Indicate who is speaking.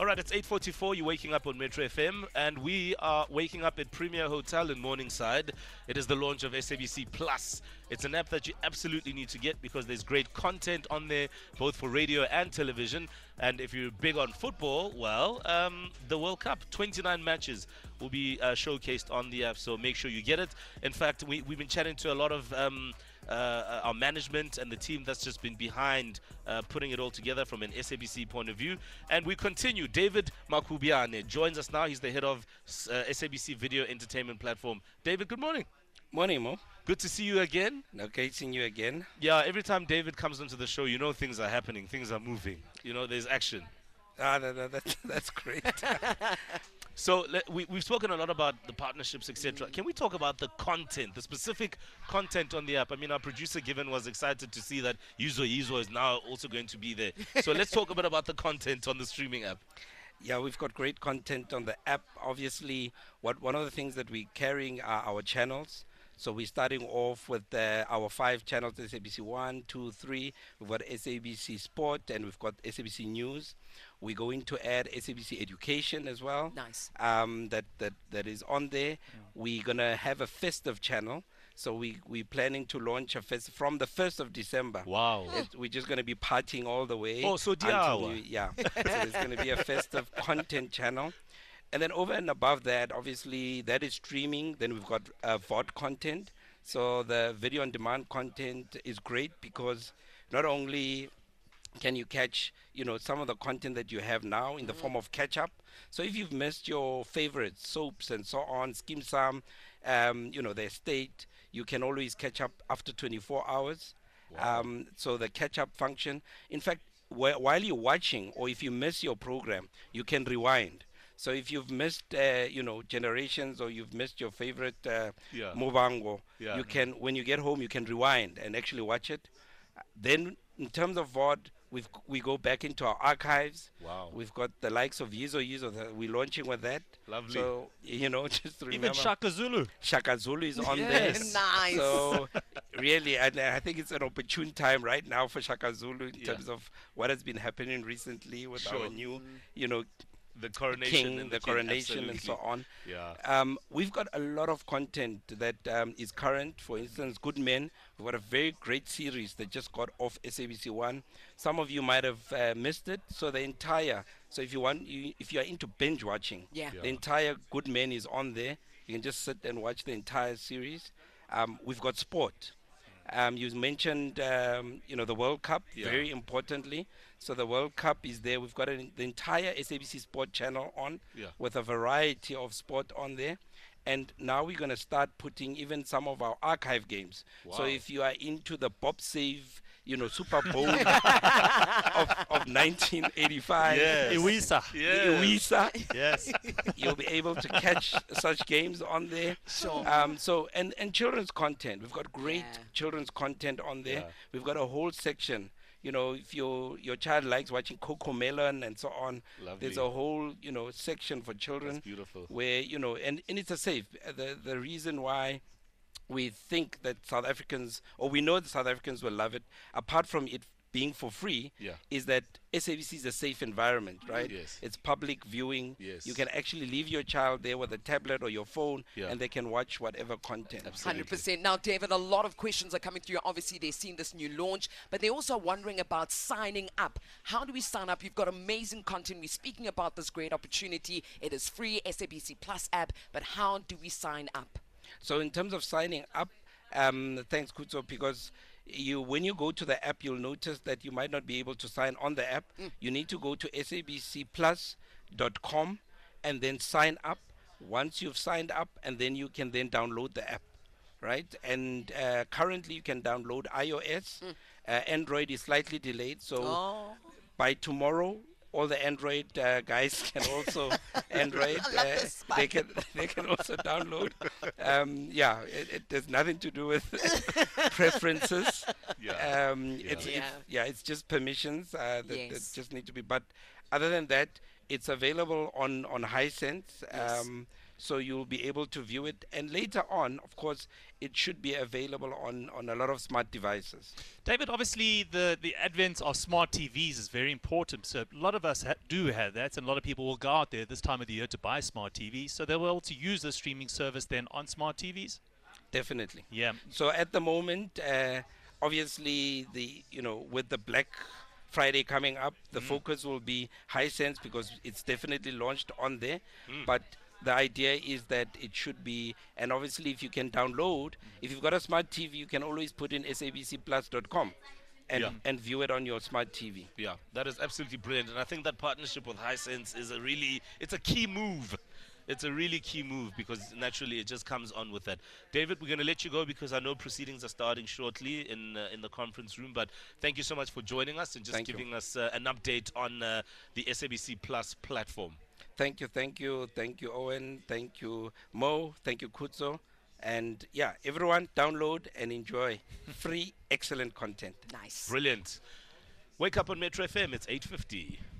Speaker 1: All right, it's 8.44. You're waking up on Metro FM, and we are waking up at Premier Hotel in Morningside. It is the launch of SABC Plus. It's an app that you absolutely need to get because there's great content on there, both for radio and television. And if you're big on football, well, um, the World Cup, 29 matches will be uh, showcased on the app, so make sure you get it. In fact, we, we've been chatting to a lot of... Um, uh, our management and the team that's just been behind uh, putting it all together from an SABC point of view. And we continue. David Makubiane joins us now. He's the head of uh, SABC Video Entertainment Platform. David, good morning.
Speaker 2: Morning, Mo.
Speaker 1: Good to see you again.
Speaker 2: Okay, seeing you again.
Speaker 1: Yeah, every time David comes onto the show, you know things are happening, things are moving. You know, there's action.
Speaker 2: Ah, no, no, that's, that's great.
Speaker 1: So le- we, we've spoken a lot about the partnerships, etc. Can we talk about the content, the specific content on the app? I mean, our producer Given was excited to see that Yuzo Yuzo is now also going to be there. So let's talk a bit about the content on the streaming app.
Speaker 2: yeah, we've got great content on the app. Obviously, what one of the things that we're carrying are our channels. So we're starting off with uh, our five channels: SABC One, Two, Three. We've got SABC Sport, and we've got SABC News. We're going to add SABC Education as well.
Speaker 3: Nice.
Speaker 2: Um, that that that is on there. We're gonna have a festive channel. So we we're planning to launch a fest from the first of December.
Speaker 1: Wow.
Speaker 2: It's- we're just going to be partying all the way.
Speaker 1: Oh, so
Speaker 2: until
Speaker 1: Diawa.
Speaker 2: you- Yeah. so there's going to be a festive content channel. And then over and above that, obviously, that is streaming. Then we've got uh, VOD content. So the video on demand content is great because not only can you catch you know some of the content that you have now in the form
Speaker 1: Mm-hmm.
Speaker 2: of catch up so if you've missed your favorite soaps and so on skim sam um, you know the estate you can always catch up after 24 hours um, so the catch up function in fact wh- while you're watching or if you miss your program you can rewind so if you've missed uh, you know generations or you've missed your favorite uh,
Speaker 1: Yeah.
Speaker 2: Movango,
Speaker 1: Yeah.
Speaker 2: you can when you get home you can rewind and actually watch it then in terms of VOD, we we go back into our archives.
Speaker 1: Wow.
Speaker 2: We've got the likes of Yizo Yizo that we're launching with that.
Speaker 1: Lovely.
Speaker 2: So you know, just remember
Speaker 1: Zulu.
Speaker 2: Shaka Zulu is on
Speaker 3: Yes.
Speaker 2: there.
Speaker 3: Nice.
Speaker 2: So really, and I think it's an opportune time right now for Shaka Zulu in
Speaker 1: Yeah.
Speaker 2: terms of what has been happening recently with
Speaker 1: Sure.
Speaker 2: our new, you know,
Speaker 1: The coronation.
Speaker 2: king,
Speaker 1: and
Speaker 2: the
Speaker 1: king,
Speaker 2: coronation, and so
Speaker 1: absolutely.
Speaker 2: on.
Speaker 1: Yeah.
Speaker 2: Um, we've got a lot of content that um, is current. For instance, Good Men. We've got a very great series that just got off SABC One. Some of you might have uh, missed it. So the entire. So if you want, you, if you are into binge watching,
Speaker 3: Yeah.
Speaker 1: Yeah.
Speaker 2: the entire Good Men is on there. You can just sit and watch the entire series. Um, we've got sport. Um, you mentioned, um, you know, the World Cup
Speaker 1: Yeah.
Speaker 2: very importantly. So the World Cup is there. We've got an, the entire SABC Sport channel on
Speaker 1: Yeah.
Speaker 2: with a variety of sport on there. And now we're going to start putting even some of our archive games.
Speaker 1: Wow.
Speaker 2: So if you are into the Bob Save, you know, Super Bowl of, of 1985,
Speaker 1: Yes.
Speaker 4: Iwisa.
Speaker 1: Yeah.
Speaker 2: Iwisa,
Speaker 4: Yes.
Speaker 2: you'll be able to catch such games on there.
Speaker 3: Sure.
Speaker 2: Um, so and and children's content. We've got great
Speaker 3: Yeah.
Speaker 2: children's content on there.
Speaker 1: Yeah.
Speaker 2: We've got a whole section. You know, if your your child likes watching Coco Melon and so on,
Speaker 1: Lovely.
Speaker 2: there's a whole you know section for children.
Speaker 1: That's beautiful.
Speaker 2: Where you know, and and it's a safe. Uh, The the reason why. We think that South Africans, or we know that South Africans will love it. Apart from it being for free,
Speaker 1: Yeah.
Speaker 2: is that SABC is a safe environment, right?
Speaker 1: Yes.
Speaker 2: It's public viewing.
Speaker 1: Yes.
Speaker 2: You can actually leave your child there with a tablet or your phone,
Speaker 1: Yeah.
Speaker 2: and they can watch whatever content.
Speaker 3: Hundred percent. Now, David, a lot of questions are coming through. Obviously, they've seen this new launch, but they're also wondering about signing up. How do we sign up? You've got amazing content. We're speaking about this great opportunity. It is free, SABC Plus app. But how do we sign up?
Speaker 2: So in terms of signing up, um, thanks Kuto because you when you go to the app, you'll notice that you might not be able to sign on the app.
Speaker 3: Mm.
Speaker 2: You need to go to sabcplus.com and then sign up. Once you've signed up, and then you can then download the app, right? And uh, currently, you can download iOS. Uh, Android is slightly delayed, so
Speaker 3: Mm. Oh.
Speaker 2: by tomorrow all the android uh, guys can also android
Speaker 3: I love
Speaker 2: uh,
Speaker 3: this
Speaker 2: they can they can also download um, yeah it, it has nothing to do with preferences
Speaker 1: Yeah.
Speaker 2: um, It's,
Speaker 3: Yeah.
Speaker 2: it's- yeah it's just permissions uh, that,
Speaker 3: Yes.
Speaker 2: that just need to be but other than that it's available on on hisense
Speaker 3: Yes.
Speaker 2: um, so you'll be able to view it. And later on, of course, it should be available on, on a lot of smart devices.
Speaker 4: David, obviously, the, the advent of smart TVs is very important. So, a lot of us ha- do have that, and a lot of people will go out there this time of the year to buy smart TVs. So, they'll be able to use the streaming service then on smart TVs?
Speaker 2: Definitely.
Speaker 4: Yeah.
Speaker 2: So at the moment, uh, obviously, the you know with the Black Friday coming up, the focus will be high sense because it's definitely launched on there. But the idea is that it should be, and obviously, if you can download, if you've got a smart TV, you can always put in sabcplus.com and
Speaker 1: Yeah.
Speaker 2: and view it on your smart TV.
Speaker 1: Yeah, that is absolutely brilliant, and I think that partnership with Hisense is a really it's a key move. It's a really key move because naturally it just comes on with that. David, we're going to let you go because I know proceedings are starting shortly in uh, in the conference room. But thank you so much for joining us and just
Speaker 2: Thank you.
Speaker 1: giving us uh, an update on uh, the SABC Plus platform.
Speaker 2: Thank you, thank you, thank you, Owen, thank you, Mo, thank you, Kuzo. And yeah, everyone download and enjoy free, excellent content.
Speaker 3: Nice.
Speaker 1: Brilliant. Wake up on Metro FM. It's eight fifty.